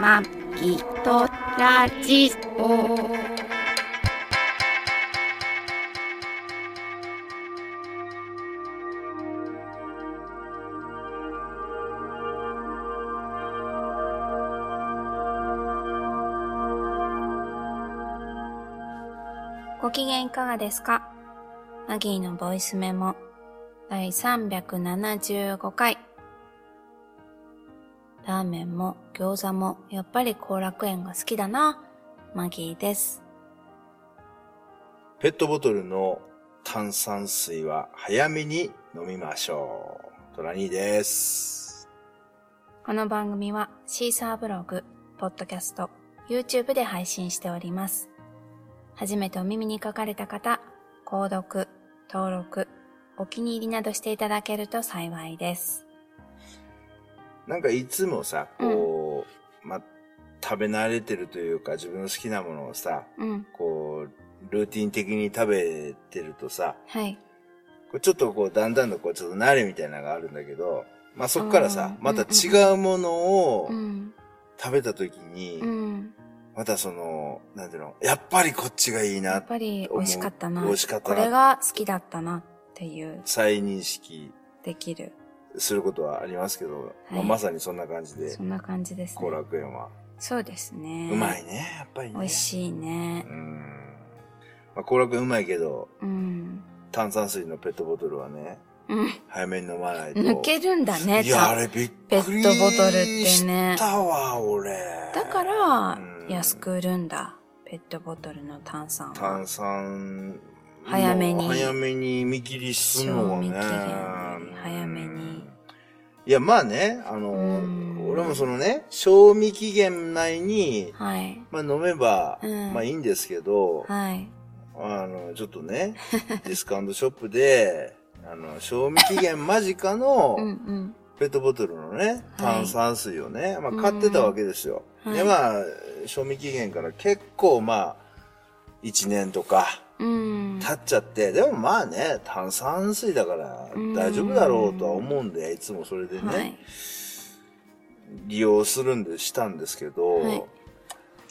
まきとラジオ。ご機嫌いかがですかマギーのボイスメモ第375回。ラーメンも餃子もやっぱり後楽園が好きだな。マギーです。ペットボトルの炭酸水は早めに飲みましょう。トラニーです。この番組はシーサーブログ、ポッドキャスト、YouTube で配信しております。初めてお耳に書かかれた方、購読、登録、お気に入りなどしていただけると幸いです。なんかいつもさ、こう、ま、食べ慣れてるというか自分の好きなものをさ、うん。こう、ルーティン的に食べてるとさ、はい。こうちょっとこう、だんだんとこう、ちょっと慣れみたいなのがあるんだけど、まあ、そっからさ、うんまた違うものをうん。食べた時に、うん。またその、なんていうの、やっぱりこっちがいいやなっ、ぱり美味しかったな。美味しかったこなれが好きだったなっていう、再認識できる。すすることはありますけど、まあ、まさにそんな感じでそ、んな感じです後ね。楽園は。そうですね。うまい。ね、やっぱりね。美味い。しいうねー。ん。まあ、後楽園うまいけど、うん。炭酸水のペットボトルはね、うん。早めに飲まないと。抜けるんだね、いや、あたれびっペくッりトボトルってねし。たわ、俺。だからう、ん安く売るんだ。ペットボトルの炭酸は。炭酸早めに早めに見切りするのはね賞味期限より早めにいやまあねあの、うん俺もそのね賞味期限内に、はい。まあ、飲めば、うんまあいいんですけど、はい。あのちょっとね ディスカウントショップであの賞味期限間近のうんうん。ペットボトルのね、はい炭酸水をね、まあ、買ってたわけですよ、うんでまあ賞味期限から結構まあ1年とかうん。立っちゃって、でもまあね、炭酸水だからうん大丈夫だろうとは思うんで、いつもそれでね、はい。利用するんでしたんですけど、はい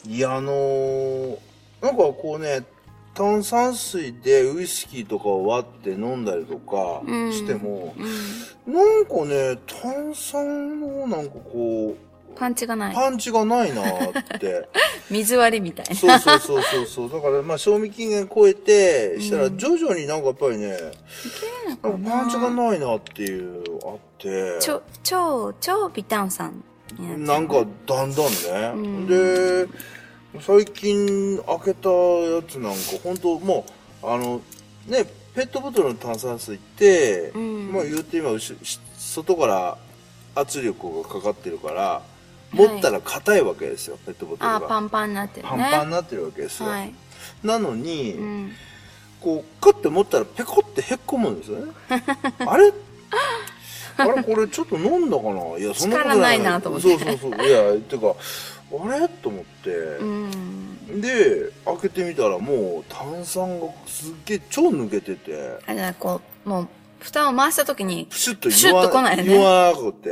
い、や、あのーなんかこうね、炭酸水でウイスキーとかを割って飲んだりとかうんしても、うん。なんかね、炭酸のなんかこう、パンチがない。パンチがないな ーって。水割りみたいそうそうそうそうそう。だからまあ賞味期限超えて、したうらん徐々になんかやっぱりね、な。なんかパンチがい。ないなっていうあって超、超、超微炭酸にっちゃなうんかだんだんね、うんで最近開けたやつなんか本当もうあのねペットボトルの炭酸水って、うんまあ言って今うしし外から圧力がかかってるから持ったら硬いわけですよ、ペットボトルがあー、パンパンになってるね。パンパンになってるわけですよ、はい。なのに、うん。こうクッて持ったらペコってへっこむんです よねあれあれこれちょっと飲んだかないやそんなこと力ないなと思ってそうそうそういやてかあれと思って、うん。で開けてみたらもう炭酸がすっげえ超抜けててあれだ、こう、もう、蓋を回したときに、プシュッとプシュッと来ないね言わなくて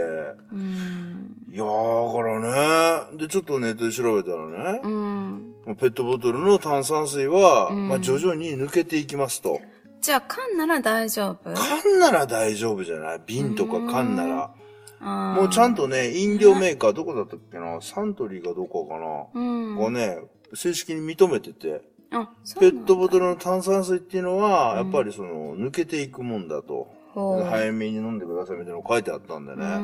うん。いやーだからねでちょっとネットで調べたらねう、ん。もうペットボトルの炭酸水は、うんまあ、徐々に抜けていきますとじゃあ、缶なら大丈夫缶なら大丈夫じゃない瓶とか缶なら。ももうちゃんとね、飲料メーカーどこだったっけなサントリーかどこかな、うん。がね、正式に認めてて、あ、そうペなんだットボトルの炭酸水っていうのは、うんやっぱりその、抜けていくもんだと、ほう早めに飲んでくださいみたいなの書いてあったんでうね。ー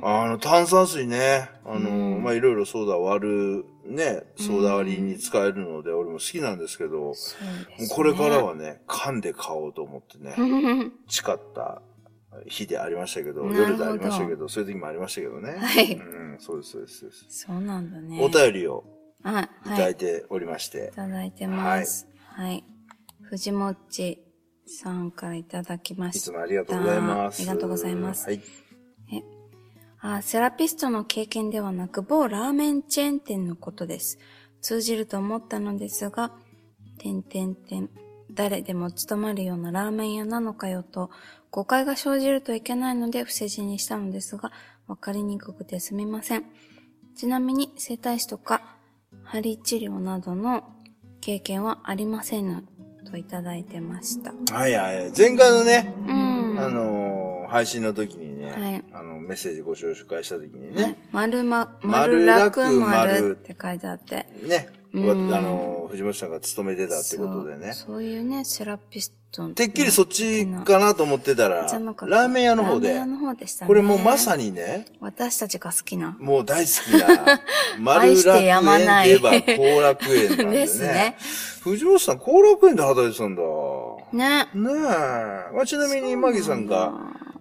んあの、炭酸水ね、あの、うんまあ、いろいろソーダ割る、ね、ソーダ割りうんに使えるので、俺も好きなんですけど、もうそうですねこれから。はね、缶で買おうと思ってね。誓った日でありましたけど、なるほど夜でありましたけど、そういう時もありましたけど ね。はいうん、そうです、そうです、そうです。そうなんだね。お便りをはいはただい。いいておりまして、ただいてます。はい。藤もっちさんからいただきまい、しつた。もありがとうございます。ありがとうございますはい。あ、セラピストの経験ではなく、某ラーメンチェーン店のことです。通じると思ったのですが、点点点、誰でも務まるようなラーメン屋なのかよと、誤解が生じるといけないので、不正字にしたのですが、わかりにくくてすみません。ちなみに整体師とか針治療などの経験はありませんのといただいてました。はいはい。前回のね、うん。あのー配信の時にね、はいあの、メッセージご紹介した時にねね、、丸ま、丸丸楽楽丸丸って書いてあって。ね、うんあのー藤本さんが勤めてたってことでねそ。うそういうね、セラピストの。てっきりそっちかなと思ってたら、ラじゃなかったーメン屋の方でラーメン屋の方でしたね。これもうまさにね、私たちが好きな。もう大好きな、丸 愛し楽てやま園ないといえば後楽園なんでね。ですね。藤本さん、後楽園で働いてたんだ。ね。ねえ。まあ、ちなみに、マギさんが、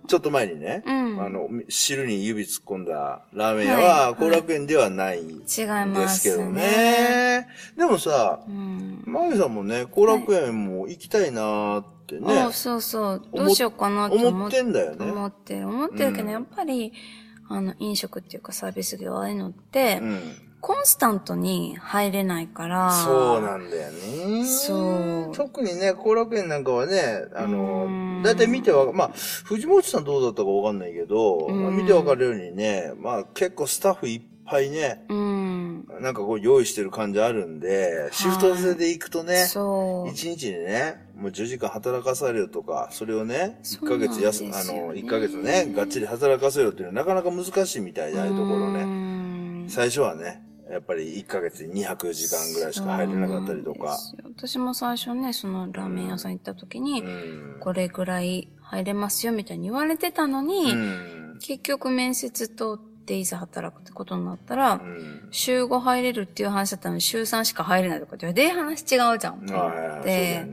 ちょっと前にね、うんあの、汁に指突っ込んだラーメン屋は、後楽園ではないんで違いますすけどね。ね。でもさ、うん。マギさんもね、後楽園も行きたいなーってね、あそうそう。どうしようかなと思思っってて、んだよ思ね。って、思ってるけど、うんやっぱり、あの、飲食っていうかサービス業ああいうのって、うん。コンスタントに入れないから。そうなんだよね。そう特にね、後楽園なんかはね、あうーんの、だいたい見てわか、まあ、藤本さんどうだったかわかんないけど、うんまあ見てわかるようにね、まあ結構スタッフいっぱいね、うん。なんかこう用意してる感じあるんで、シフト制で行くとね、そう。一日にね、もう10時間働かされるとか、それをね、1ヶ月そう休、なんであすよねの、一ヶ月ね、がっちり働かせるっていうのはなかなか難しいみたいで、ああいうところね。ね最初はね、やっぱり1ヶ月に200時間ぐらいしか入れなかったりとか。そうなんですよ私も最初ね、そのラーメン屋さん行った時うに、ん。これぐらい入れますよみたいに言われてたのに、うん。結局面接通っていざ働くってことになったら、うん週5入れるっていう話だったのに週3しか入れないとかって、で、話違うじゃん。ああ、そうだよで、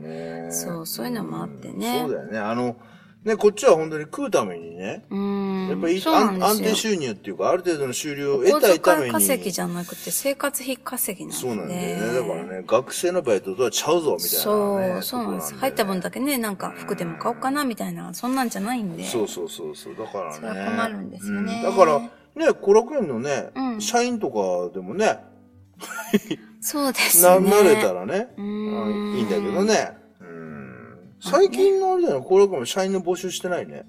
ね。そうそういうのもあってねうんそうだよね。あの、ね、こっちは本当に食うためにね、うん。やっぱりそうなん安ですよ安定収入っていうか、ある程度の収入をお得た小いため遣いに。稼ぎじゃなくて生活費稼ぎなんで。そうなんだよね。だからね、学生のバイトとはちゃうぞ、みたいな、ね。そう、そうなんです。ところ入った分だよねだけね、なんか服でも買おうかなみたいな、そんなんじゃないんで。そうそうそうそう。だからね。それは困るんですよねうんだから、ね、後楽園のね、うん社員とかでもね、そうですな、ね。なれたらね、うあん。いいんだけど。ね。うん最近のあれだよね、後楽園も社員の募集してないね。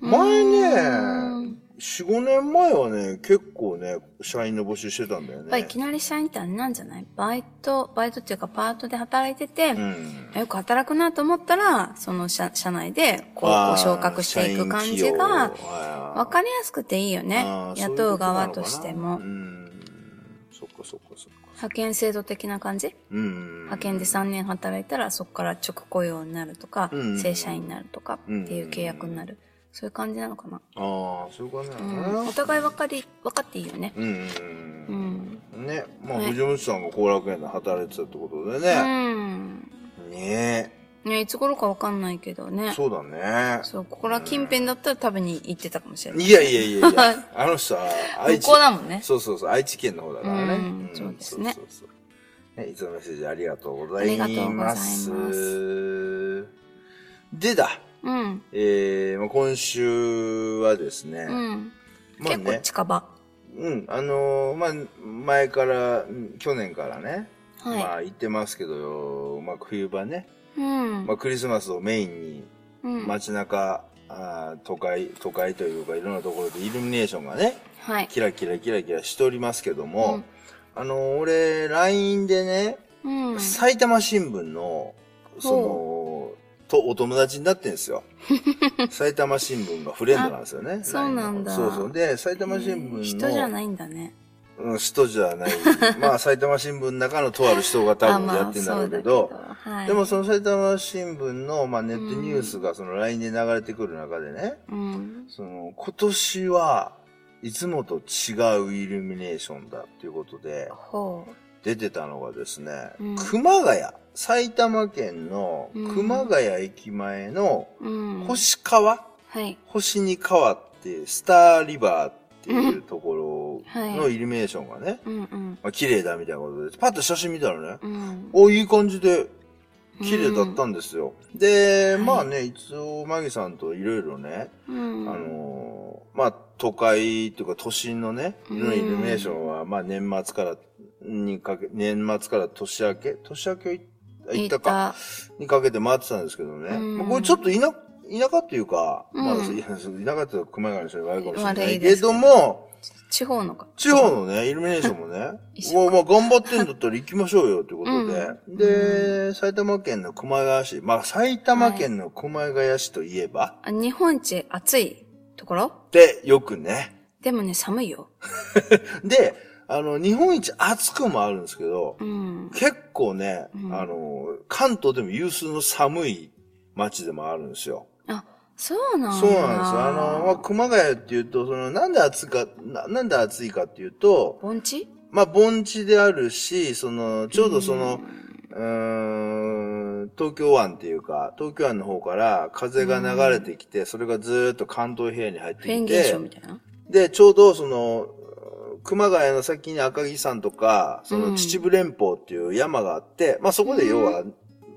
前ね、4、5年前はね、結構ね、社員の募集してたんだよやっぱねい。きなり社員ってあれなんじゃないバイト、バイトっていうかパートで働いてて、うん。よく働くなと思ったら、その社社内でこうこあうー昇格していく感じが、、わかりやすくていいよねあ。ー雇う側としてもそういうことなのかなう。ん。そっかそっかそっか。派遣制度的な感じうん。派遣で3年働いたらそこから直雇用になるとか、うん正社員になるとかっていう契約になる、そういう感じなのかな、ああ、そういうことなうんのかな。お互い分かり分かっていいよねうんううんんうん。ね、まあ、ね藤本さんが後楽園で働いてたってことでうね。んねねいつ頃か分かんないけどえねそうだね。そうここら近辺だったら食べに行ってたかもしれないいやいやいやいや、 あの人は向愛知、こうだもんねそうそうそう、愛知県の方だからね。うんそうですねそうそうそうねいつもメッセージありがとうございます。ありがとうございますでだ、うんえー、まあ今週はですね、うん、まあ結構ね、近場うん、あのーまあ、前から、うん去年からね、はい、まあ言ってますけど、まあ冬場ね、うん、まあクリスマスをメインにうん街中、あー都会、都会というかいろんなところでイルミネーションがね、はいキラキラキラキラしておりますけども、うんあの、俺、LINE でね、うん埼玉新聞の、その、とお友達になって んですよ。埼玉新聞がフレンドなんですよね。そうなんだ LINE のそうそう。で、埼玉新聞の、人じゃないんだねうん、人じ ゃない。まあ、埼玉新聞の中のとある人が多あ分まあやってんだろうけそど、うだけどはい、でもその埼玉新聞の、まあ、ネットうんニュースがその LINE で流れてくる中でね、うんその、今年はいつもと違うイルミネーションだっていうことで、ほ出てたのがですね、うん熊谷、埼玉県の熊谷駅前のう、うん、星川、はい星に川っていうスターリバーっていうところはのいイルミネーションがね、うんうんまあ、綺麗だみたいなことで、パッと写真見たらね、うんお、いい感じで綺麗だったんですよ。で、はいまあね、一応、マギさんといろいろね、うんあのーまあ、都会というか都心のね、うんいろんなイルミネーションは、まあ、年末から、にかけ、年末から年明け年明けい行ったか、にかけて回ってたんですけどね。うんまあこれちょっと田、田舎っていうか、うんまあ、そういやそう田舎って言うと熊谷の人に悪いかもしれな悪いいでけすけどども、地方のか。地方のね、イルミネーション もね、一ま緒あまあ頑張ってんだったら行きましょうよってことで、うんで、埼玉県の熊谷市、まあ埼玉県の熊谷市といえば、あ日本一暑いところってよくね。でもね、寒いよ。で、あの、日本一暑くもあるんですけど、うん。結構ね、うんあの、関東でも有数の寒い町でもあるんですよ。あ、そうなんだ。そうなんですよ。あの、まあ、熊谷っていうと、その、なんで暑か、ななんで暑いかっていうと、盆地まあ、盆地であるし、その、ちょうどその、んうーん、東京湾っていうか、東京湾の方から風が流れてきて、それがずーっと関東平野に入ってフェーンき現て象、みたいな。で、ちょうどその、熊谷の先に赤城山とか、そうんの秩父連峰っていう山があって、まあそこで要は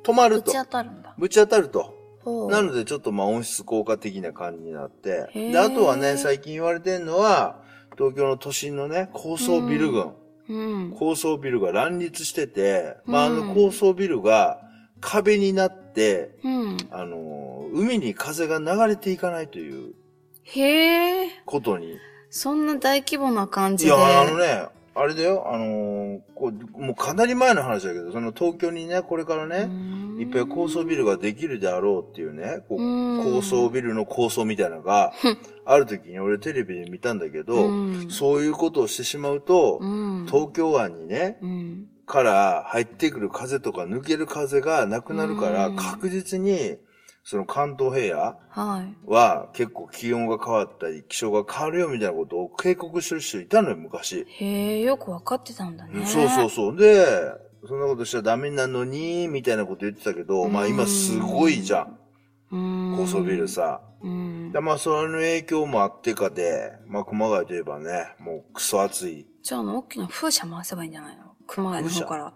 止まぶるとち。当たるんだ。ぶち当たると。ほうなのでちょっとまあ温室効果的な感じになって。へーで、あとはね、最近言われてるのは、東京の都心のね、高層ビル群。うん。高層ビルが乱立してて、まああうんの高層ビルが壁になって、うん。あのー、海に風が流れていかないというへえ。ことにそんな大規模な感じいで。や、あのね、あれだよ、あのーこう、もうかなり前の話だけど、その東京にね、これからね、ねいっぱい高層ビルができるであろうっていうね、こううん高層ビルの構想みたいなのが、ある時に俺テレビで見たんだけど、うんそういうことをしてしまうと、うん。東京湾にね、うん。から入ってくる風とか抜ける風がなくなるから、うん確実に、その関東平野はい。は結構気温が変わったり、気象が変わるよみたいなことを警告してる人いたのよ、昔。へえ、よくわかってたんだね。そうそうそう。で、そんなことしちゃダメなのに、みたいなこと言ってたけど、まあう今んすごいじゃん。う。うん。高層ビル。さ。うんで。まあそれの影響もあってかで、まあ熊谷といえばね、もうクソ暑い。じゃあ、あの、大きな風車回せばいいんじゃないの熊谷の風方車から。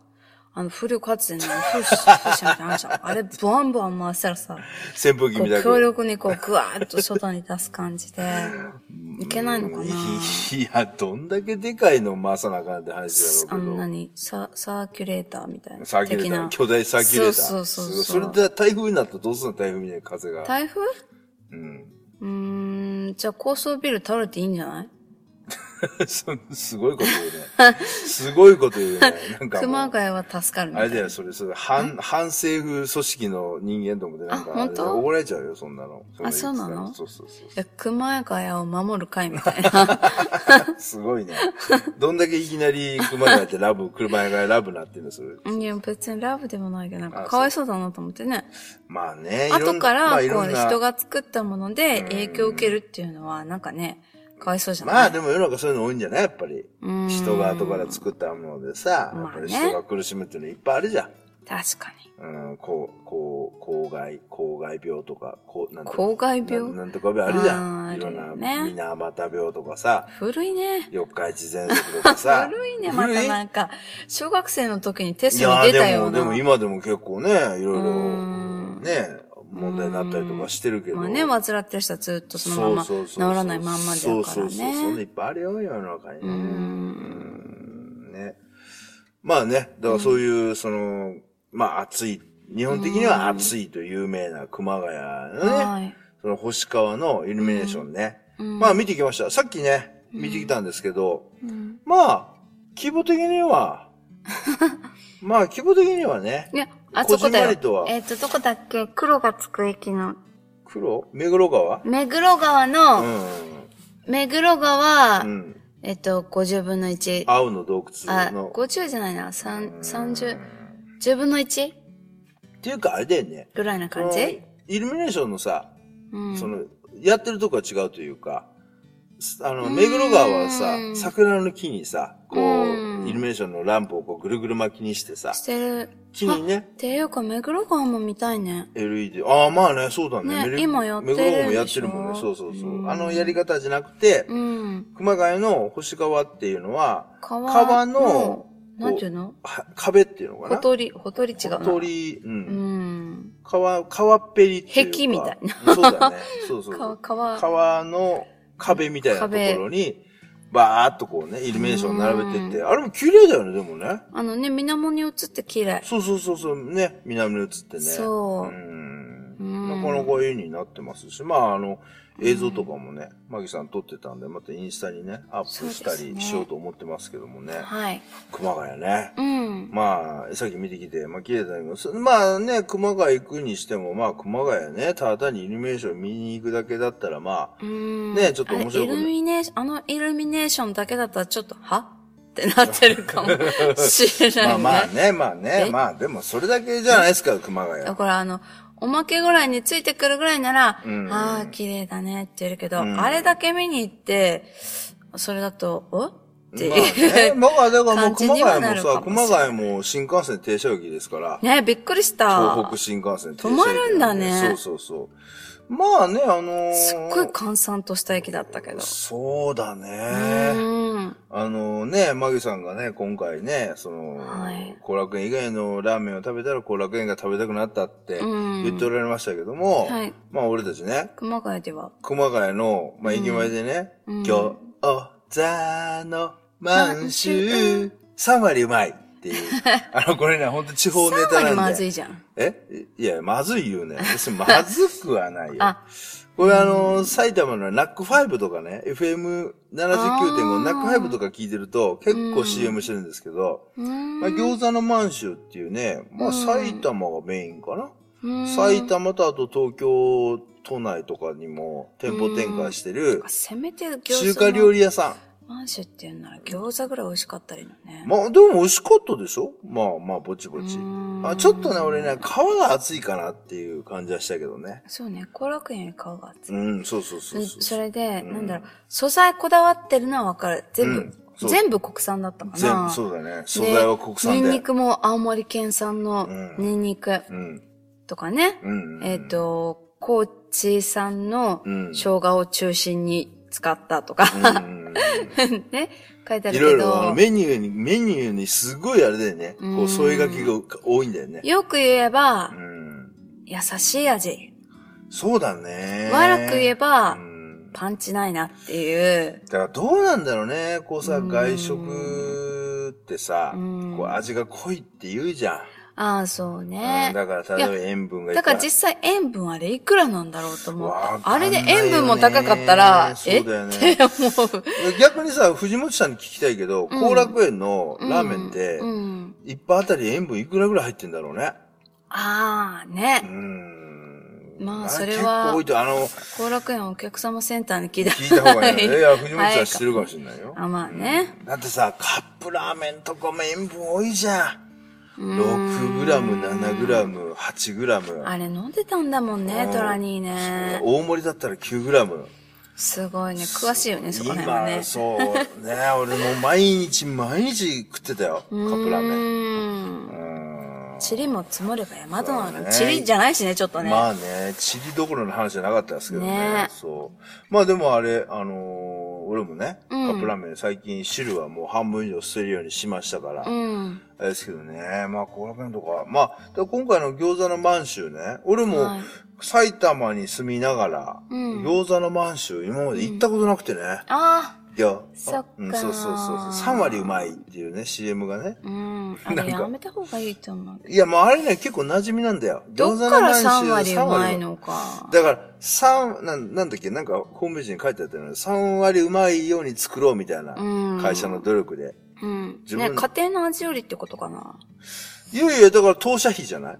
あの、風力発電 の風車、風車みたいなのあるじゃん。あれ、バンバン回したらさ、扇風機こみたう、い強な。力にこう、ぐわーっと外に出す感 じで。いけないのかないや、どんだけでかいの回さなあかんって話だあろの、う何サ、サーキュレーターみたいけな。ど。サーキュレー的ター、な。巨大サーキュレーター。そうそうそうそうすごいそれで台風になったらどうすんの台風みたいな 風が。台風うん。うーん、じゃあ高層ビル倒れていいんじゃないそすごいこと言 うね。すごいこと言うね。なんかもう熊谷は助かるみあたれいだな。よ、それ、それ、反、反政府組織の人間と思って、なんかああ本れだよ、当怒られちゃうよ、そんなの。ん言ってたらそうなのそうそうそういや熊谷を守る会みたい な。そう。すごいね。 どんだけいきなり熊谷ってラブ、車屋がラブなってるの、それ。いや、別にラブでもないけど、なんかあそうかわいそうだなと思ってね。まあね、いろん後から、まこあう、いろんな人が作ったもので影響を受けるっていうのは、なんかね、かわいそうじゃまなあい、でも世の中そういうの多いんじゃないやっぱり。うん人が後から作ったものでさ、やっぱりまあね人が苦しむっていうのいっぱいあるじゃん。確かに。うん、こう、こう、公害、公害病とか、こう、なんとか公害な病なんとか病あるじゃあーん。あいるろよんねな、水俣病とかさ、古いね。四日市喘息とかさ。 古いね、またなんか、小学生の時にテ古いスいトにやー出たでようも、な。でも今でも結構ね、いろいうんろ、ね、問題になったりとかしてるけど。まあね、患ってる人はずっとそのままそうそう治そうそうらないまんまでだかそらうそうそう。そんなね。いっぱいあるよ、世の中にうね。ん。うんね。まあね、だからそういう、その、まあ暑い、日本的には暑いと有名な熊谷のね、はい。その星川のイルミネーションね。うんまあ見てきました。さっきね、見てきたんですけど、うんまあ、規模的 には、まあ規模的にはね、いや、あそこだこじんまよりとは。えっと、どこだっけ黒がつく駅の。黒目黒川目黒川うの、ん。目黒川、うん。えっと、50分の1。青の洞あ窟、の。 50じゃないな。3、う30ん、 10分の 1? っていうかあれだよね。ぐらいな感じイルミネーションのさ、うん。その、やってるとこは違うというか、すあうの、ん目黒川はさ、桜の木にさ、こうんう、イルミネーションのランプをこうぐるぐる巻きにしてさ、してる。木にね、っていうか、目黒川も見たいね。 LED、ああ、まあね、そうだね。ねメル今やってる目黒川もやってるもんでね。しょそうそうそうう。んあのやり方じゃなくて、うん。熊谷の星川っていうのは、川川の、なんていうのは壁っていうのかほなとり、ほとり違うな。小鳥、う。うんん。川、川っぺりっていうか。壁みたいな。そうだね。そうそうそう 川、。川。川の壁みたいなところに、バーっとこうね、イルミネーション並べてって、あれも綺麗だよね、でもね。あのね、水面に映って綺麗。そうそうそうそう、ね、南に映ってね。そううん。うんなんかなか絵になってますし、まあ、あの、映像とかもね、マギさん撮ってたんで、またインスタにね、アップしたそうですりねしようと思ってますけどもね。はい。熊谷ね。うん。まあ、さっき見てきて、まあ、綺麗だけど、そまあね、熊谷行くにしても、まあ、熊谷ね、ただ単にイルミネーション見に行くだけだったら、まあ、うんねちょっと面白いあこれとイルミネーション、あのイルミネーションだけだったらちょっと、はってなってるかもしれないね。まあまあね、まあねえ、まあ、でもそれだけじゃないですか、熊谷。だからあの、おまけぐらいについてくるぐらいなら、うんああ、綺麗だねって言えるけど、うんあれだけ見に行って、それだと、おっていう。まあ ね、まあ、だからも感うじ熊にはな谷るもかもさ、しれない熊谷も新幹線停車駅ですから、ねびっくりした。東北新幹線停車駅、止まるんだねそうそうそう。まあね、あのーすっごい閑散とした駅だったけど。そうだうね。ん。あのね、マギさんがね、今回ね、その、はい後楽園以外のラーメンを食べたら後楽園が食べたくなったってうん言っておられましたけども、はいまあ俺たちね、熊谷では。熊谷の、まあ、駅前でね、うん餃子の満州、3割うまいっていう。あの、これね、ほんと地方ネ3タ割なまんずで。いじゃん。えいや、まずいよね。別にまずくはないよ。あ、これあの、埼玉のナックファイブとかね、FM79.5 ナックファイブとか聞いてると、結う構ん CM してるんですけど、うん。まあ、餃子の満州っていうね、まうあ、ん埼玉がメインかな。うん埼玉とあと東京都内とかにも店舗展開してるせめて餃子。中華料理。理屋さ満州っていうなら餃子ぐらい美味しかったらいいのねん。。まあ、でも美味しかったでしょまあまあ、ぼちぼちう。んあちょっとね、俺ね、皮が厚いかなっていう感じはしたけどね。そうね、後楽園より皮が厚い。うん、そうそうそううんそう。それで、うんなんだろう、素材こだわってるのはわかる。全う部ん、そう全部国産だったか全な。部そうだね。で素材は国産ニンでニ。クも青森県産のうんニンニクうん。とかね。うん。えっ、、と、高知産のうん生姜を中心に使ったとか、 うん、ね、書いてあるけど。いろいろあのメニューに、メニューにすごいあれだよね。うんこう、添え書きが多いんだよね。よく言えばう、ん。優しい味。そうだね。悪く言えば、うんパンチないなっていう。だからどうなんだろうね。こうさ、うん外食ってさ、うんこう味が濃いって言うじゃん。ああ、そううんね。だから例えば塩分がいっだぱいから実際塩分あれいくらなんだろうと思わっかた。あんなれいよでね塩分も高かったら、えそっうだよねて思う。逆にさ、藤本さんに聞きたいけど、うん後楽園のラーメンってう、んうん一杯あたり塩分いくらぐらい入ってんだろうね。ああ、うね。ん。まあれそれは結構多いと、あの、後楽園お客様センターに聞いた聞いた方がいいよね。いや、藤本さ はんい知ってるかもしれないよ。あまあねうん。だってさ、カップラーメンとかも塩分多いじゃん。うん6グラム、7グラム、8グラム。あれ飲んでたんだもんねう、んトラニーね。大盛りだったら9グラム。すごいね、詳しいよね、そこら辺はね今、。そう。ね、俺も毎日毎日食ってたよ。カップラーメン。メン。うんチリも積もれば山となそうる。だねチリじゃないしね、ちょっとね。まあね、チリどころの話じゃなかったですけどね。ねそう。まあでもあれ、あのー俺もね、うんカップラーメン最近汁はもう半分以上捨てるようにしましたから。うん。あれですけどね。まあ、後楽園とか。まあ、だから今回の餃子の満州ね。俺もはい埼玉に住みながら、うん餃子の満州今まで行ったことなくてね。ああ、いや、そっかうん、そうそうそうそう。3割うまいっていうね、CM がね。うん。あれやめた方がいいと思う。いや、もうあれね、結構馴染みなんだよ。ど餃っ子のから満州3割3うま割いのか。だから、三、なん、なんだっけ、なんか、ホームページに書いてあったの3割うまいように作ろうみたいなう、ん会社の努力で。うん。自ね、分家庭の味よりってことかな。いやいや、だから当社費じゃないうー。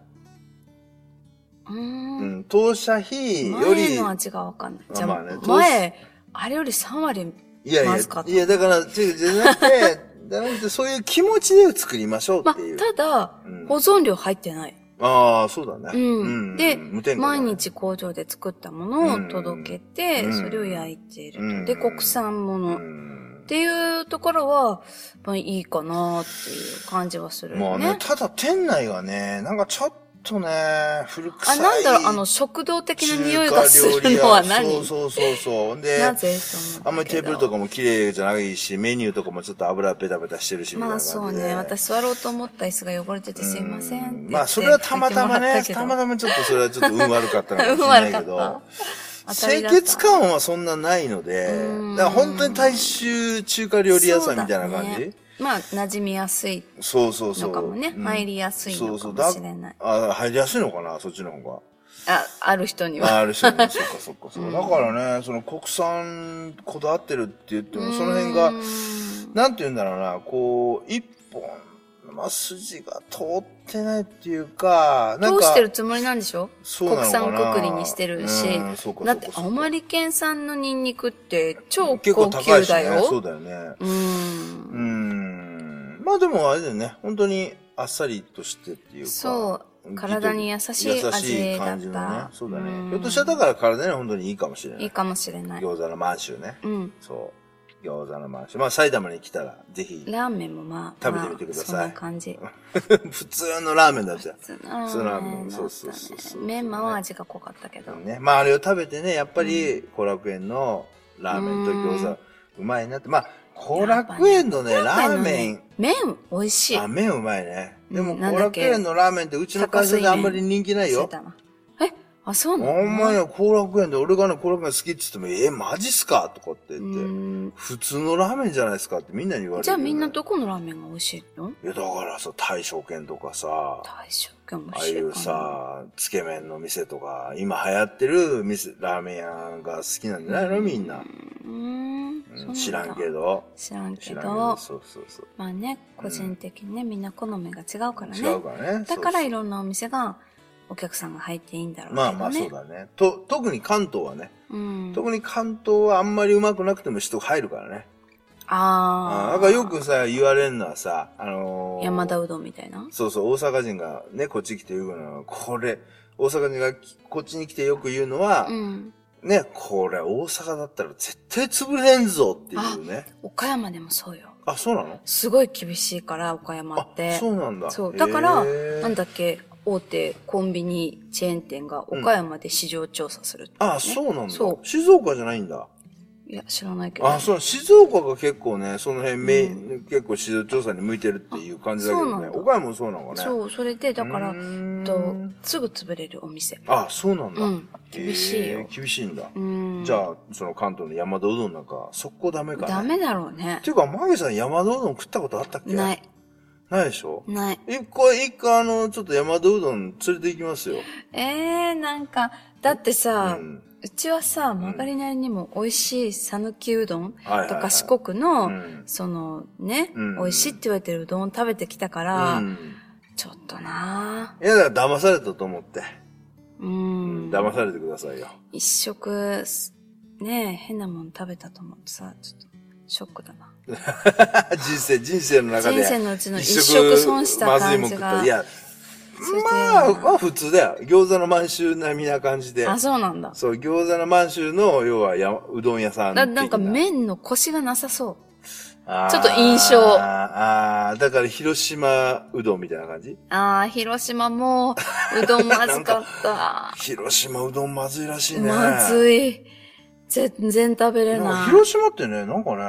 うんん、当社費よ前り、の味がわかんない。あじゃまああね、前、あれより3割。いやいまやずかっ、たいや、だから、違うじゃなく て、じゃなくて、そういう気持ちで作りましょうまあ、っていう。ただうん、保存料入ってない。ああ、そうだね。うん。で、無添加だね毎日工場で作ったものを届けうて、んそれを焼いていると。うんで、国産もうの。っんていうところは、まあいいかなっていう感じはするまよあね。ね、ただ店内がね、なんかちょっとね、古臭あ、い。なんだろう、あの、食堂的な匂いがするのは何中華料理屋そうそうそうそう。で、なぜと思ったあんまりテーブルとかかも綺麗じゃないし、メニューとかもちょっと油ベタベタしてるし、みたいまなあ感じで。そうね、私座ろうと思った椅子が汚れててすいませんって言うって。まあ、それはたまたまね、書いてたもらまったまちょっとそれはちょっと運悪かったのたけかど。運悪かもしれないけど。った。当たり清だった潔感はそんなないのでうん、だから本当に大衆中華料理屋さんみたいな感そうだじねまあ、馴染みやすいそうそうそう。のかもね。うん入りやすいのかもしれない。あ、入りやすいのかなそっちの方が。あ、ある人には。あある種ね、そっかそっかそっうんか。だからね、その国産こだわってるって言っても、その辺うが、ーんなんて言うんだろうな、こう、一本、まあ、筋が通ってないっていうか、なんどか、うしてるつもりなんでしょそうなのかな国産くくりにしてるしうんそうかだってそうかそうか青森県産のニンニクって超結高構高い級しねだよ。そうだよね。うー。うんーん。まあでもあれだよね、本当にあっさりとしてっていうか。そう。体に優しい味だった。そうだんね。ひょっとしたらだから体には本当にいいかもしれないいい。かもしれない。餃子の満州ね。うん。そう。餃子の満州。まあ埼玉に来たら、ぜひ、ラーメンもまあ、食べてみてくださいまあそんな感じ。 普通のラーメンだったよ。普通普通ののララーーメメンンだそうったそうそうそうね。メンマは味が濃かったけど。ね。まああれを食べてね、やっぱり、後楽園のラーメンと餃子、うまいなって。まあ、後楽園のね、ラーメン、麺美味しい。あ、麺うまいね。でうも、んなん後だっ楽け園のラーメンってうちの会社であんまり人気ないそうよ。だな。えあ、そうおなの前よ、後楽園で俺がね、後楽園好きって言っても、え、マジっすかとかってう言って、ーん普通のラーメンじゃないですかってみんなに言われるじゃよあね、みんなどこのラーメンが美味しいのいや、だからさ、大正軒とかさ、大正軒美あ味あしいいかな。うさ、つけ麺の店とか、今流行ってる店、ラーメン屋が好きなんじゃないのみんな。うーんうんそうなんだ知らんけ。ど。知らんけ知らんけど、ど。そうそうそう。まあね、個人的にね、みんな好みが違うからね。違うからね。だからいろろんなお店が、お客さんが入っていいんだろうけどね。まあまあそうだね。と、特に関東はね。うん。特に関東はあんまりうまくなくても人が入るからね。あああ。あだからよくさ、言われるのはさ、あのー山田うどんみたいな。そうそう、大阪人がね、こっち来て言うのは、これ、大阪人がきこっちに来てよく言うのは、うん。ね、これ大阪だったら絶対潰れんぞっていうね。岡山でもそうよ。あ、そうなのすごい厳しいから、岡山あっ、て。そうなんだ。そうだからへーなんだっけ、大手コンビニチェーン店が岡山で市場調査するって、あ、そうなんだ。そ静岡じゃないんだ。う。いや、知らないけど。あ、そう、静岡が結構ね、その辺、めいうん結構市場調査に向いてるっていう感じだけあそどうなね。んだ岡山もそうなのかね。う。そう、それで、だから、えっとと、すぐ潰れるお店。あ、そうなんだ。うん。厳しいへよー。厳しいんだ。うん。じゃあ、その関東の山田うどんなんか、速攻ダメかね。ダメだろうねって。いうか、マギさん山田うどん食ったことあったっけない。、ないでしょない。一回、一回あの、ちょっと山田うどん連れて行きますよ。ええー、なんか、だってさ、ううんちはさ、曲がりなりにも美味しい讃岐うどんはいはいとはかい四国の、うんそのね、うん美味しいって言われてるうどんを食べてきたから、うんちょっとないや、だから騙されたと思って。ぁうん。騙されてくださいよ。 一食、ねえ、変なもん食べたと思ってさ、ちょっと、ショックだな。人生、人生の中で。人生のうちの一食損した感まずじいもん食っがた。い。や、それでまあ、まあ普通だよ。餃子の満州並みな感じで。あ、そうなんだ。そう、餃子の満州の、要はや、うどん屋さんな的。なんか麺のコシがなさそう。あー、ちょっと印象あーあー、だから広島うどんみたいな感じああ、広島もう、うどんまずか った。広島うどんまずいらしいね。まずい。全然食べれなんなかい。広島ってね、なんかね、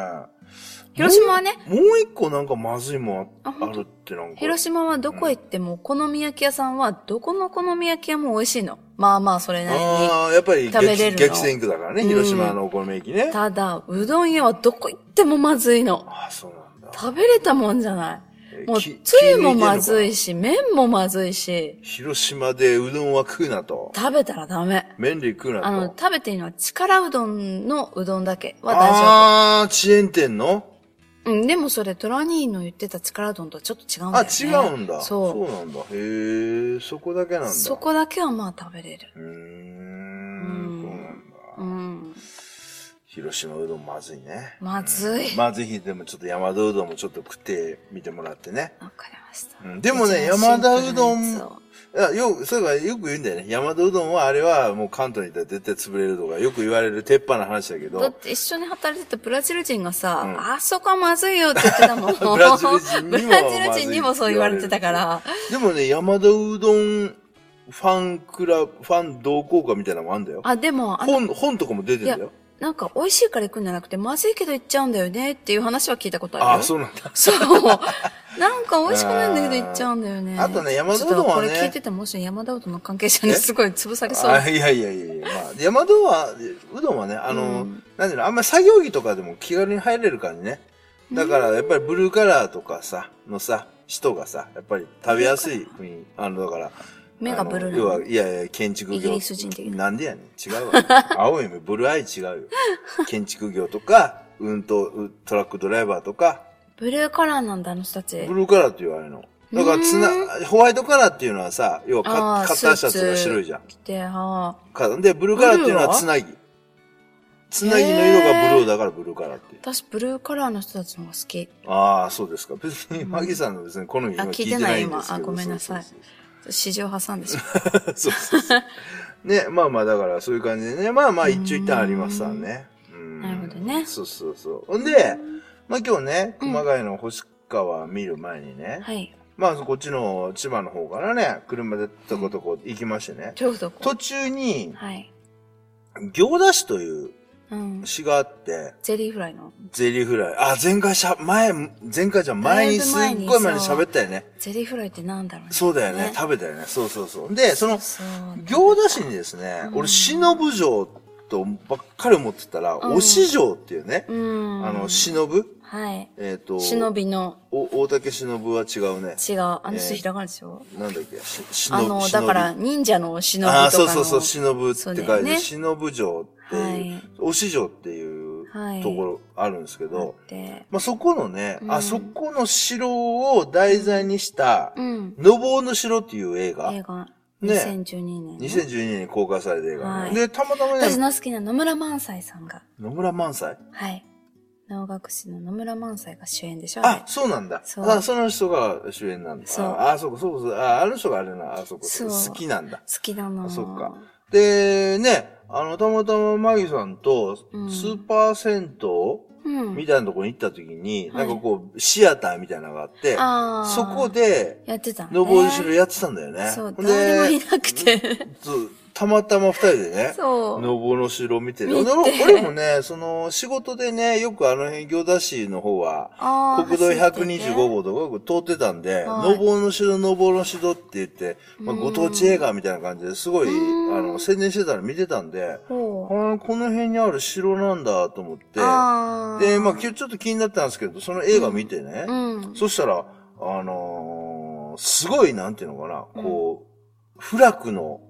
広島はね、もう一個なんかまずいもんああ本あるってなんか。広島はどこ行っても、お好み焼き屋さんは、どこのお好み焼き屋も美味しいの。まあまあ、それなりに。ああ、やっぱり食べれる激の激戦区だからね、うん広島のお好み焼きね。ただ、うどん屋はどこ行ってもまずいの。ああ、そうなんだ。食べれたもんじゃない。えーもう、きつゆもまずいし、麺もまずいし、広島でうどんは食うなと。食べたらダメ。麺類食うなと。あの、食べていいのは力うどんのうどんだけは大丈あー、遅延店の夫。うん、でもそれ、トラニーの言ってた力うどんとはちょっと違うんだあ、よね。違うんだ。そう。なんだ。へえ、そこだけなんだ。そ。こだけはまあ食べれる。うーうんん、そうなんだ。うん。広島うどんまずいね。まずい。わ、まあぜひでもちょっと山田うどんもちょっと食ってみてもらってね。かりました。うんでもね一番シンプルな山田うどんやつをいや、よく、そういえばよく言うんだよね。山田うどんはあれはもう関東にいたら絶対潰れるとかよく言われる鉄板な話だけだっど、て一緒に働いてたブラジル人がさ、うんあそこはまずいよって言ってたもん。 ブラジル人にもまずいブラジル人にもそう言われてたから。でもね、山田うどんファンクラブ、ファン同好会みたいなのもあんだよ。あ、でも、あの、本、本とかも出てんだよ。なんか美味しいから行くんじゃなくて、まずいけど行っちゃうんだよねっていう話は聞いたことあるよ。あ、そうなんだ。そう。なんか美味しくないんだけど行っちゃうんだよね。あとね山田うどんはねちょっとこれ聞いててもし山田うどんの関係者にえすごい潰されそう。あいやいやいやいや、まあ、山田は、うどんはね、あの、うんなんていうの、あんまり作業着とかでも気軽に入れる感じね。だから、やっぱりブルーカラーとかさ、のさ、人がさ、やっぱり食べやすい国、あの、だから、目がブルーあの要なは、いやいや、建築業。イギリス人的ななんでやねん。違うわ。 青い目、ブルーアイ違うよ。建築業とか、運動、うトラックドライバーとか、ブルーカラーなんだ、あの人たちブ。ルーカラーって言われるの。だから、つな、ホワイトカラーっていうのはさ、要はカあーッ、カッターシャツがスーツ白いじゃん。来て、はあ。かで、ブルーカラーっていうのはブルーはつなぎ。つなぎの色がブルーだからブルーカラーっていう。私、ブルーカラーの人たちの方が好き。ああ、そうですか。別に、マギさんの別に好みはあ聞いてないんで聞いてない今すけど。あごめんなさいそうそうそう市場挟んでしまう。そうそうそう。ね、まあまあ、だから、そういう感じでね、まあまあ、一長一短ありますわね。うんなるほどねそうそうそう。ほんで、まあ今日ね、熊谷の星川見る前にね、はい。まあ、こっちの千葉の方からね、車でとことこ行きましてね、どうぞ。途中に、はい。行田市といううん。市があって、ゼリーフライの。ゼリーフライ。あ、前回しゃ、前、前回じゃん前にだいすっぶ前にごい前にそう喋ったよね。ゼリーフライってなんだろうね。そうだよね。食べたよね。そうそうそう。で、その、そう。行田市にですね、俺、忍城とばっかり思ってたら、うん押し城っていうね、うん。あの、忍、はい。えっ、と、忍びのお大竹忍は違うね。違う。あの人えーひらがなでしょなんだっけ、し忍あの、だから、忍者の忍びとかの。ああー、そうそうそう、忍って書いて、そうだよね忍城っていはう、い押し城っていうはい。ところあるんですけど、で、まあ、そこのね、うあんそこの城を題材にした、うん。のぼうの城っていう映画、映画。ね2012年ね。 2012年に公開された映画ね、はいで、たまたま私ね、の好きな野村萬斎さんが、野村萬斎はい。能楽師の野村萬斎が主演でしょああれ、そうなんだ。そうあ、その人が主演なんだ。そうあ、あそうか、そうかそうか、あ、あの人があれな、あ、そうか、そう好きなんだ。好きなの。あそっか。で、ね、あの、たまたまマギさんと、スうんーパー銭うん。湯みたいなとこに行った時に、はいなんかこう、シアターみたいなのがあって、ああ。そこ、で、やってたね。のぼうしろやってたんだよね。そう、ほんで誰もいなくて。そうたまたま二人でね、そう。のぼうの城見てる。見て俺俺もね、その、仕事でね、よくあの辺、行田市の方は、ああ。国道走ってて125。号とかよく通ってたんで、はいのぼうの城、のぼうの城って言って、まあ、うんご当地映画みたいな感じですごい、うんあの、宣伝してたの見てたんで、あほーこの辺にある城なんだと思ってう。、ああ。で、まあ、きちょっと気になったんですけど、その映画見てね、うん。そしたら、あのーすごい、なんていうのかな、こう、不落の、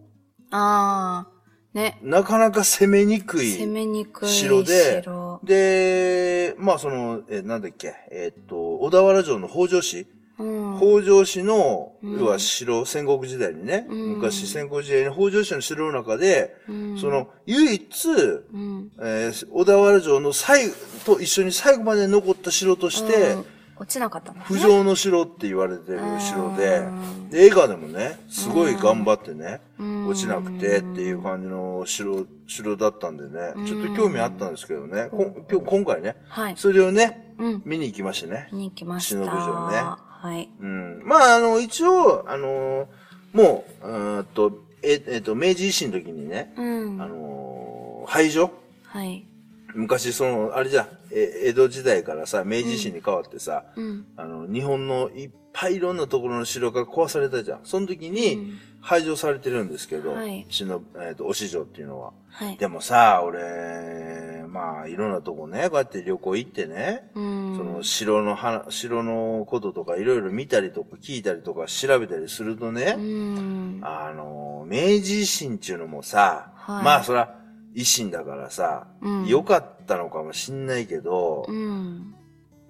ああ。ね。なかなか攻めにくい、攻めにくい城で城で、まあその、え、なんだっけ、えっと、小田原城の北条氏、うん。北条氏の、うん要は城、戦国時代にね、うん昔戦国時代に北条氏の城の中で、うんそ、の、唯一、うん。えー小田原城の最後と一緒に最後まで残った城として、うん、落ちなかったのね。不条の城って言われてる城でうん、で映画でもね、すごい頑張ってね、うん落ちなくてっていう感じの城、城だったんでねう、んちょっと興味あったんですけどね、こん今日今回ね、はい。それをね、うん。見に行きましてね。見に行きました。忍び城ねはい。うん。まあ、あの、一応、あのーもう、うーんと、え、えっと、明治維新の時にね、うん。あのー廃城はい。昔、その、あれじゃん、え、江戸時代からさ、明治維新に変わってさ、うん。あの、日本のいっぱいいろんなところの城が壊されたじゃん。その時うにん廃城されてるんですけど、はい忍えっ、と、押城っていうのは。はい。でもさ、俺、まあ、いろんなとこね、こうやって旅行行ってね、うん。その城の話、城のこととかいろいろ見たりとか聞いたりとか調べたりするとうね、ん。あの、明治維新っていうのもさ、はいまあそら、維新だからさ、うん良かったのかもしんないけどう、ん。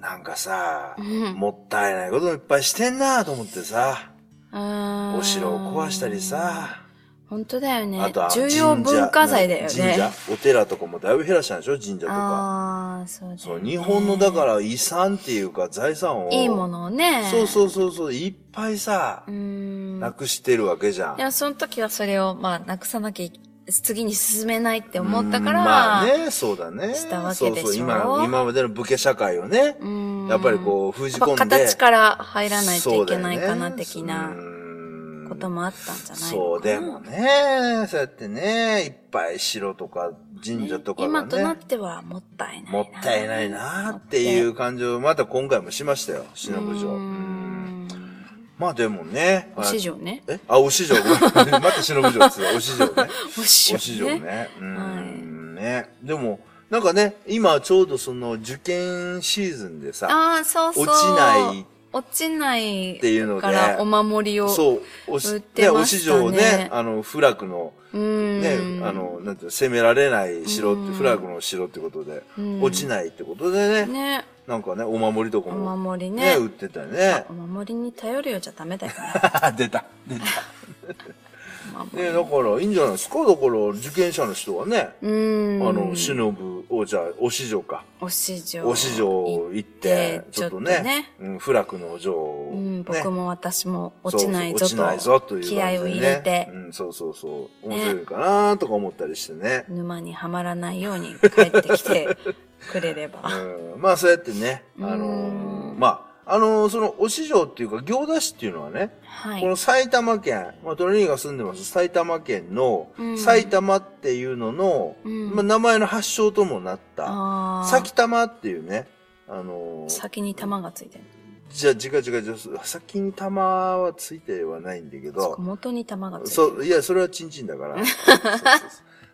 なんかさ、うんもったいないこともいっぱいしてんなと思ってさ、おお城を壊したり。さ、本当だよね。あとは重要文化財だよね。神社、お寺とかもだいぶ減らしたんでしょ神社とか。ああ、そうだよねそう、日本のだから遺産っていうか財産を。いいものをね。そうそうそうそう、いっぱいさう。、ん。なくしてるわけじゃん。でもその時はそれを、まあ、なくさなきゃい、次に進めないって思ったかうら。んまあね、そうだね。したわけでしょそうそう、今、今までの武家社会をね、うん。やっぱりこう封じ込んでやっぱ形から入らないといけないかな、的なここともあったんじゃないのかな。そうでもね、そうやってね、いっぱい城とか神社とかが今となっね、てはもったいないな。もったいないなっていう感じをまた今回もしましたよ、忍う城。うんん。まあでもね、お市場ね。えあ、お市場。ごめんまた忍城っつうお市場ね。お市お市場ね。ね。うん、ね。でも、なんかね、今ちょうどその受験シーズンでさ、ああ、そうそう。落ちない落ちないっていうのでからお守りを。そう、おし、売っね、ておま市したね場ね、あの、フラクの、うーん。ね、あの、なんていうの、攻められない城って、うんフラクの城ってことで、うん、落ちないってことでね、ね。なんかね、お守りとかおも、守りね、ね。売ってたよねお。守りに頼るようじゃダメだよね。 出た、出た。お守りね、だから、いいんじゃないですかだから、受験者の人はね、うーん。あの、忍ぶを、じゃあ、お市場か。お市場。お市場行行っってて、ちょっちとょっとねね、うん、不落の女をうねん、、僕も私も落ちないぞと。そうそう落ちないぞという感じで気合ね、を入れて、うん、そうそうそう。面白いかなとか思ったりしてね。沼にはまらないように帰ってきてくれれば。うん、 まあ、そうやってね、あうのーんまあ、あのーその、お市場っていうか、行田市っていうのはね、はこい。の埼玉県、まあ、トレニーが住んでます埼玉県のう、ん埼玉っていうのの、うんまあ、名前の発祥ともなった、あー先玉っていうね、あのー先に玉がついてる。じゃあ、違う違う違う、先に玉はついてはないんだけそこど、元に玉がついてる。そう、いや、それはチンチン だから。そうそうそう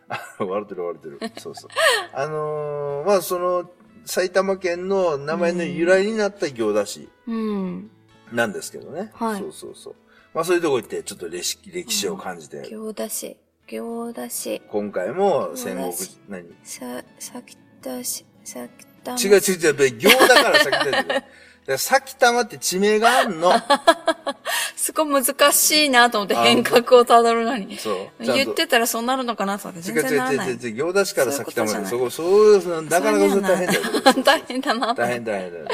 あ笑ってる笑ってる。そうそう。あのーまあ、その、埼玉県の名前の由来になった行田市うん。なんですけどね。はいそうそうそう。まあ、そういうとこ行って、ちょっと歴史歴史を感じて、行田市。行田市。今回も戦行国田市、何さ、先田市。先田違う違う違う、行だから先玉 だよ。だから先玉って地名があ んの。すごい難しいなと思ってあ変革をたどるのに。そう。ちゃんと言ってたらそうなるのかなと思って違う全然なら違うな違い。う違う、行田市から先玉で、そそうこ、そうそう、なかなかそれ大変だよ。 大変だな。大変大変大変。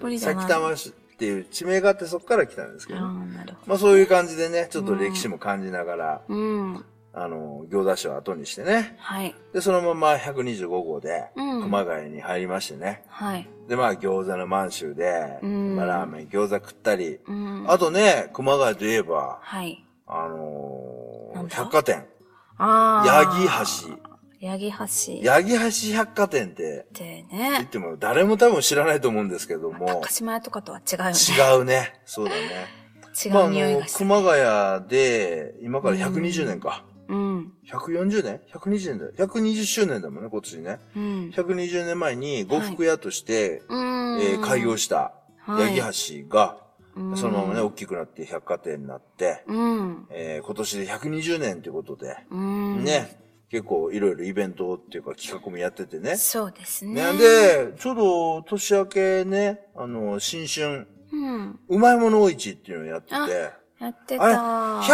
無理だな先玉市っていう地名があってそこから来たんですけあど、あ、なるほまあそういう感じでね、ちょっと歴史も感じながら、ど。うん。あの、行田市を後にしてね、はい。で、そのまま125号で、うん熊谷に入りましてね、はい。で、まあ餃子の満州で、うんまあラーメン、餃子食ったり、うん。あとね、熊谷といえば、はい。あのなーんだ百貨店、ああ。八木橋。橋。八木橋。八木橋百貨店ってって言っね。ても誰も多分知らないと思うんですけども高、島屋とかとは違うよね。違うね。そうだね。 違まあ、あう匂いのが、する。熊谷で、今から120年か。うん。 140年 ?120 年だよ。120周年だもんね、今年ね。うん。 120年前に呉服屋として、うん。えー開業したはい八木橋が、うんそのままね、大きくなって百貨店になって、うん。えー今年で120年ということで、うん。。ね、結構いろいろイベントっていうか企画もやっててね。そうですね。ね、、で、ちょうど年明けね、あの、新春、うん。うまいものおいちっていうのをやってあて、やってあた。れ、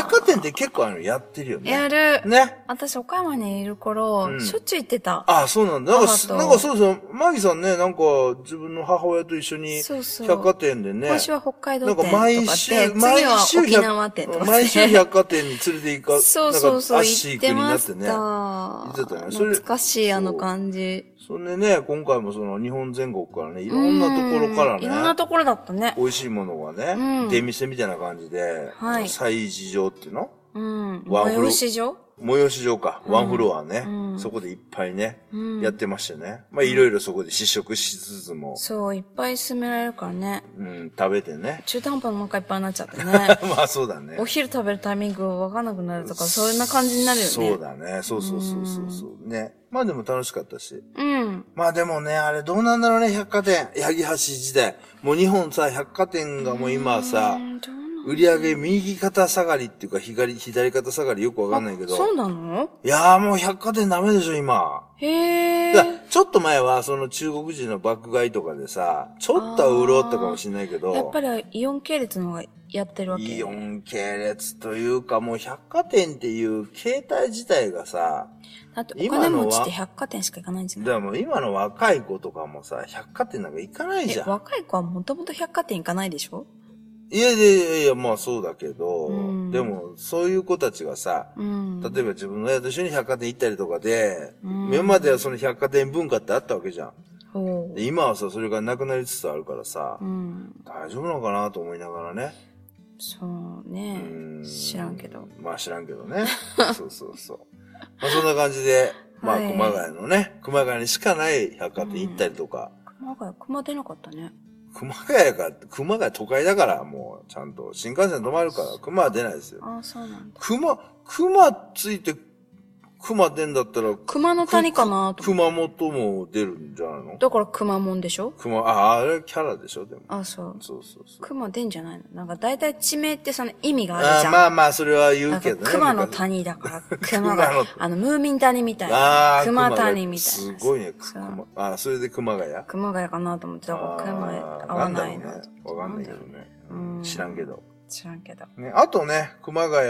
百貨店って結構あの、やってるよね。やる。ね。私、岡山にいるうん頃、しょっちゅう行ってた。あそうなんだ。なんか母、となんかそうそう、マギさんね、なんか、自分の母親と一緒に、そうそう百貨店でね、今週は北海道なん店とかかで、毎次週、毎は週沖縄店とか百で毎週百貨店に連れて行 か、そうそうそなうんか、アッシ行ーっクてになまっしてた。ね。ってたよねそれ懐かしい、あの感じ。そんでね、今回もその日本全国からね、いろんなところからね、いろんなところだったね。美味しいものがね、うん出店みたいな感じで、はい催事場っていうのうん。ワンフロー催し場催し場か、ワンフロアね、うんそこでいっぱいね、うんやってましてね。まあいろいろそこで試食しつつも、そう、いっぱい勧められるからね。うん、食べてね。。中途半端なお腹いっぱいになっちゃってね まあそうだねお。昼食べるタイミングわかんなくなるとか、そんな感じになるよね。そう。だね。そうそうそうそうそう。ね。まあでも楽しかったし。うん。まあでもね、あれどうなんだろうね、百貨店。八木橋時代。もう日本さ、百貨店がもう今さ、うんどうな売り上げ右肩下がりっていうか、左、左肩下がりよくわかんないけど。そうなのいやーもう百貨店ダメでしょ、今。へいやえ。ちょっと前は、その中国人の爆買いとかでさ、ちょっとは潤ったかもしれないけど、やっぱりイオン系列の方がやってるわけ。イオン系列というか、もう百貨店っていう形態自体がさ、だってお今金のは持ちって百貨店しか行かないんじゃだないからもう今の若い子とかもさ、百貨店なんか行かないえじゃん。若い子はもともと百貨店行かないでしょいやいやいやいや、まあそうだけど、うんでもそういう子たちがさ、うん。例えば自分の親と一緒に百貨店行ったりとかで、うん今まではその百貨店文化ってあったわけじゃん。ほで今はさ、それがなくなりつつあるからさ、う。うん。大丈夫なのかなと思いながらね。そうねう。ー知らんけど。まあ知らんけど ね。そうそうそう。まあそんな感じで、まあはい熊谷のね、熊谷にしかない百貨店行ったりとか、熊谷、熊出なかったね。熊谷か、熊谷都会だからもうちゃんと新幹線止まるから熊は出ないですよ。ああ、そうなんだ。熊、熊ついて、熊出んだったら、熊の谷かなと。熊本も出るんじゃないのだから熊もんでしょ熊、あ、あれキャラでしょ、でも。あ、そう。そうそうそう。熊出んじゃないのなんか大体地名ってその意味があるあじゃーん。まあまあ、それは言なうんかけどね。熊の昔谷だから、熊が、熊のあの、ムーミン谷みたいあなあ、。熊が谷みたいな。すごいね、そ熊う。あーそれで熊谷あ熊谷かなと思って、だから熊へー合わないな。んだろうねわかんないけどね。うん知らんけど。知らんけど。ね、あとね、熊谷、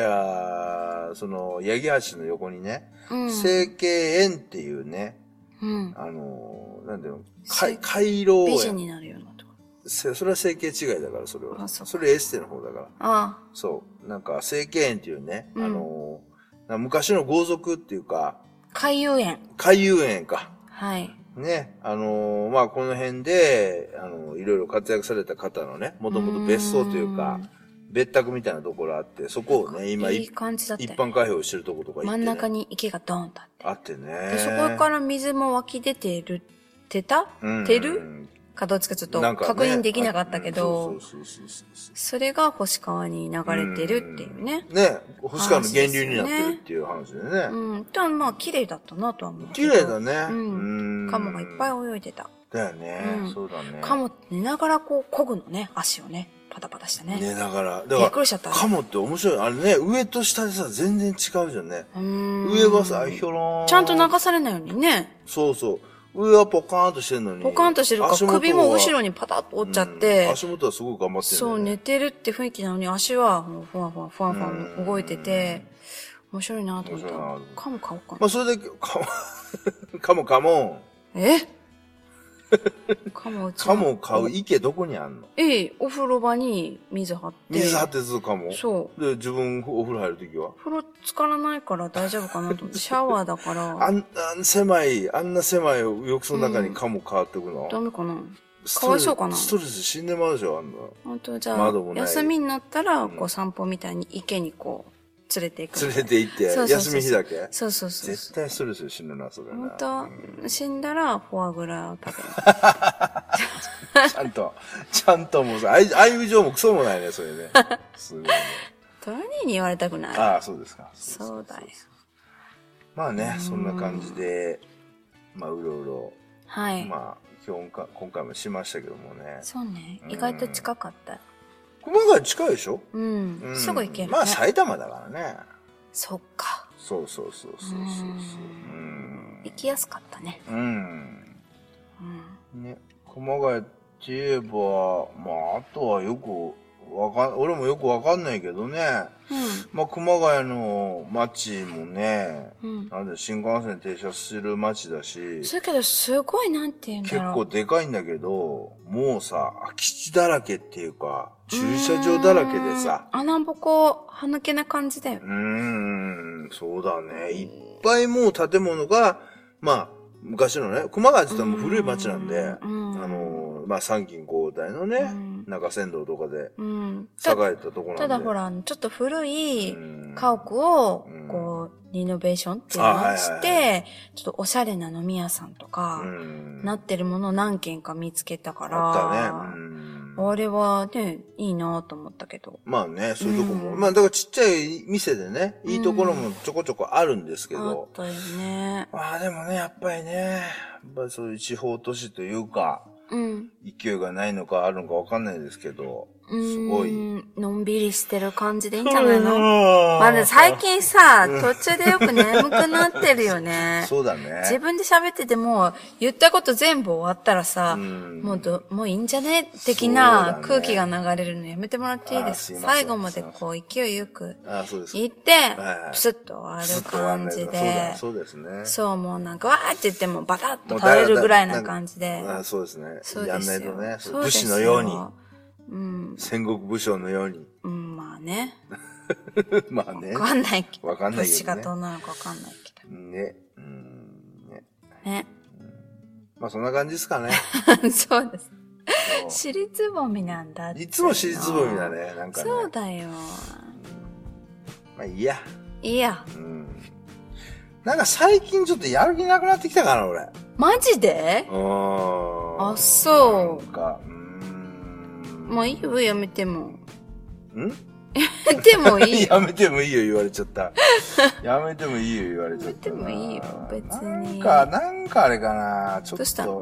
その、八木橋の横にね、うん。成形園っていうね、うん。あのー、なんていうの、回、回廊美人園。になるようなとこ。せそれは成形違いだから、それは。あそっかれエステの方だから。あそう。なんか、成形園っていうね、うんあのー、な昔の豪族っていうあ、か、海遊園。海遊園か。はい。ね、あのーまあ、この辺で、あのーいろいろ活躍された方のね、もともと別荘というかうーん、別宅みたいなところあって、そこをね、今、いい一感じだったよ一般開放してるとことか行って、ね、真ん中に池がドーンとあって。あってねで。そこから水も湧き出てる、てたうんてるかどっちかちょっとなんかね確認できなかったけあうどん、そうそうそうそうそれが星川に流れてるっていうね。んね、星川の源流になってるっていう話でね。うん。でもまあ綺麗だったなとは思うけ綺ど。麗だね。うん。カモがいっぱい。い泳いでた。だよね、うんそうだね。カモって寝ながらこう漕ぐのね、足をね、パタパタしてね。ね、だから、びだっくかりしちゃった。ら、カモって面白い。あれね、上と下でさ、全然違うじゃんね。上上はさ、ひょろーん。ちゃんと流されないようにね、そうそう。上はポカーンとしてるのに。ポカンとしてるから足元は首も後ろにパタッと折っちゃって、うん足元はすごく頑張ってる、そう、寝。てるって雰囲気なのに足はもうふわふわふわふわ動いてて、面白いなと思っ。面白いなと思ったカモ買おうかまな。あ、それで、カモ、 カモ、カモえカモうン。ちのカモを買う池どこにあんのええ、お風呂場に水張って。水張ってずっとカモ。そう。で、自分お風呂入るときはお風呂浸からないから大丈夫かなと思って、シャワーだからあ、んあん狭い、あんな狭い浴槽の中にカモ変わってくの、ダメかなスかトわいレスそうかなストレス死んでまうでしょ、あんな。本当じゃあ窓も、ない休みになったら、こうう散歩みたいに池にこう、連れて行くみ連たいれな。て行って、そうそうそう休み日だけそうそうそう絶そう。対ストレスで死ぬな、それな。本当死んだら、フォアグラを食べる。ちゃんと、ちゃんともうさ、愛愛情もクソもないね、それね。すごいね。トラニーに言われたくない。ああ、そうですか。そうだよ。まあね、うんそんな感じで、まあ、うろうろ、はい。まあ、今日か、今回もしましたけどもね。そうねう。ん意外と近かった。熊谷近いでしょうん。うんすぐ行ける、ね。まあ、埼玉だからね。そっか。そうそうそうそうそうそう。うん行。きやすかったね。うん。うん。ね、熊谷って言えば、まあ、あとはよく、わかん、俺もよくわかんないけどね。まあ、熊谷の街もね、うん。うん。なんで新幹線停車する街だし、そやけど、すごい、なんて言うん結だろ構う。でかいんだけど、もうさ、空き地だらけっていうか、駐車場だらけでさ、うーん。穴ぼこ、歯抜けな感じだよう。ーん、そうだね。いっぱいもう建物が、まあ、昔のね、熊谷って言ったらもう古い街なんで、うあんのー、まあ、三金交代のねう、ん中山道とかでうん。た栄えたとこなんで。ただほら、あのちょっと古いうん、家屋をうん、こう、リノベーションっていうあはいはいのはをいして、ちょっとおしゃれな飲み屋さんとかう、ん、なってるものを何軒か見つけたから、あったね。うんあれはね、いいなと思ったけど。まあね、そういうとこも。うんまあ、だからちっちゃい店でね、いいところもちょこちょこあるんですけあどっ。たよね。まあでもね、やっぱりね、やっぱりそういう地方都市というか、うん。勢いがないのかあるのかわかんないですけど、うーんすごい。のんびりしてる感じでいいんじゃない のままあね、最近さ、途中でよく眠くなってるよね。そうだ自ね。分で喋ってても、言ったこと全部終わったらさ、んもうど、もういいんじゃね的そうだなね空気が流れるのやめてもらっていいであすいすませ最ん後までこう勢いよくああ、そうです。行っては、いプスッと終わる感じそうだで、そうですね。そう、もうなんかわーって言ってもバタッともう倒だれらだらるぐらいな感じで。ああ、そうですね。そうやでんなすいとよ。ね、そう武です士よのように、うん。戦国武将のように。 うん、まあね。まあねわ。かんないけど。わかんないけ武士どがねど。うなのかわかんないけね。うん。ね。ど。ね。まあそんな感じですかね。 そうです。私立ぼみなんだっていつも尻つぼみだ。ね、なんかね。そうだよ。まあいいや。いいや。うん。なんか最近ちょっとやる気なくなってきたかな、俺。マジでうーん。あそうなんか、うーん。もういいよ、やめても。ん でもいい。やめてもいいよ言われち ゃった。やめてもいいよ言われちゃったな。やめてもいいよ別になんか、なんかあれかな。ちょどうしったの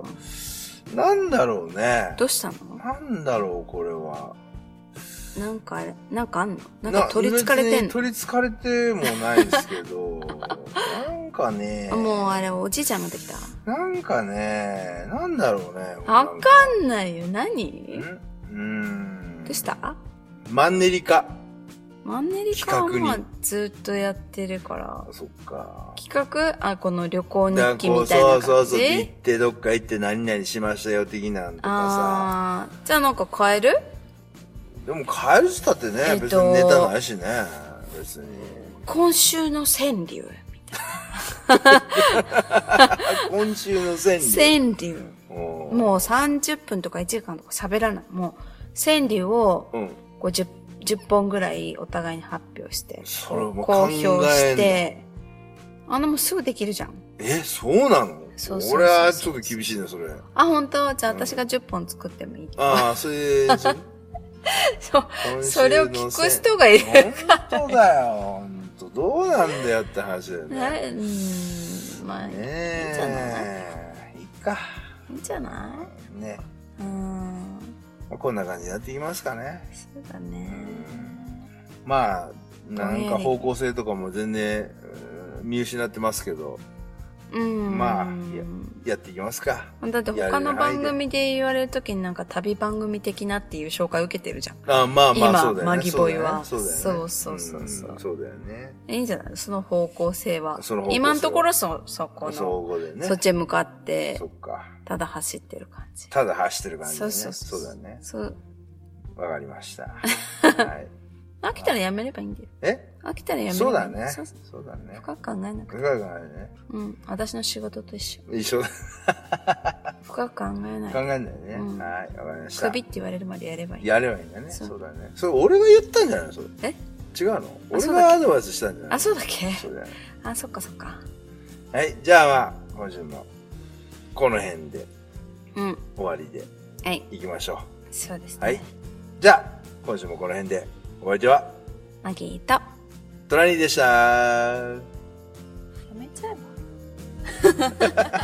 と。なんだろうね。どうしたのなんだろう、これは。なんかあれ、なんかあんのなんか取り憑かれ別てんにの取り憑かれてもないですけ ど。なんかねあ。もうあれ、おじいちゃんになってきた。なんかね、なんだろうね。わなかんんないよ。ん何うーん。どうしたマンネリ化。マンネリ化は企ま画あにずっとやってるから。そっか。企画あ、この旅行だ日記こうみたいなそ感うじ。そうそう行ってどっか行って何々しましたよ的なんとかあー。じゃあなんか変えるさでも帰るっつったってね、えっと別にネタないしね別に今週の川柳。あ今週の川柳川柳。ももう30分とか1時間とか喋らない。もう、川柳をう、うん、こう 10, 10本ぐらいお互いに発表して、それこうも公考表えんのして、あんなもうすぐできるじゃん。えそうなのそうそうそうそう俺はちょっと厳しいねそれあ、本当じゃあ私が10本作ってもいい。ああそれそ そう。それを聞く人がいる本当だよ本当どうなんだよって話だよねなねうーん、まあ、いいんじゃないえいいかいいんじゃないね、うーん。まあ、こんな感じになっていきますかねそうだね。まあなんぼんやかり方向性とかも全然うん見失ってますけどうーん。まあいややっていきますかだって他の番組で言われるときになんか旅番組的なっていう紹介受けてるじゃん。あまあまあ今そうだよマねギボーイはそうだよねそうそうそうそうんそうだよねいいんじゃないその方向性は。その方向性は今のところそ、そこの、総合でねそっちへ向かってそ、っかただ走ってる感じ。ただ走ってる感じだねそうそうそうそうだねそう。わかりま したはい飽きたらやめればいいんだよ。え飽きたらやめればいいそうだねそうそうだね深く考えなくて。深く考えねうん。私の仕事と一緒。一緒だ深く考えな考い。えんだよねうんはいわかりました首って言われるまでやればいい。やればいいんだねそうそうだねそれ俺が言ったんじゃないのそれえ違うの俺そうだっけがアドバイスしたんじゃないあ、そうだっけそうだよねあ、そっかそっか。はい、じゃあまあ、今週も、この辺でうん。終わりではい。いきましょそうですう。はいね。。じゃあ、今週もこの辺で、お相手は、マギーと。やトラニーでした。めちゃえば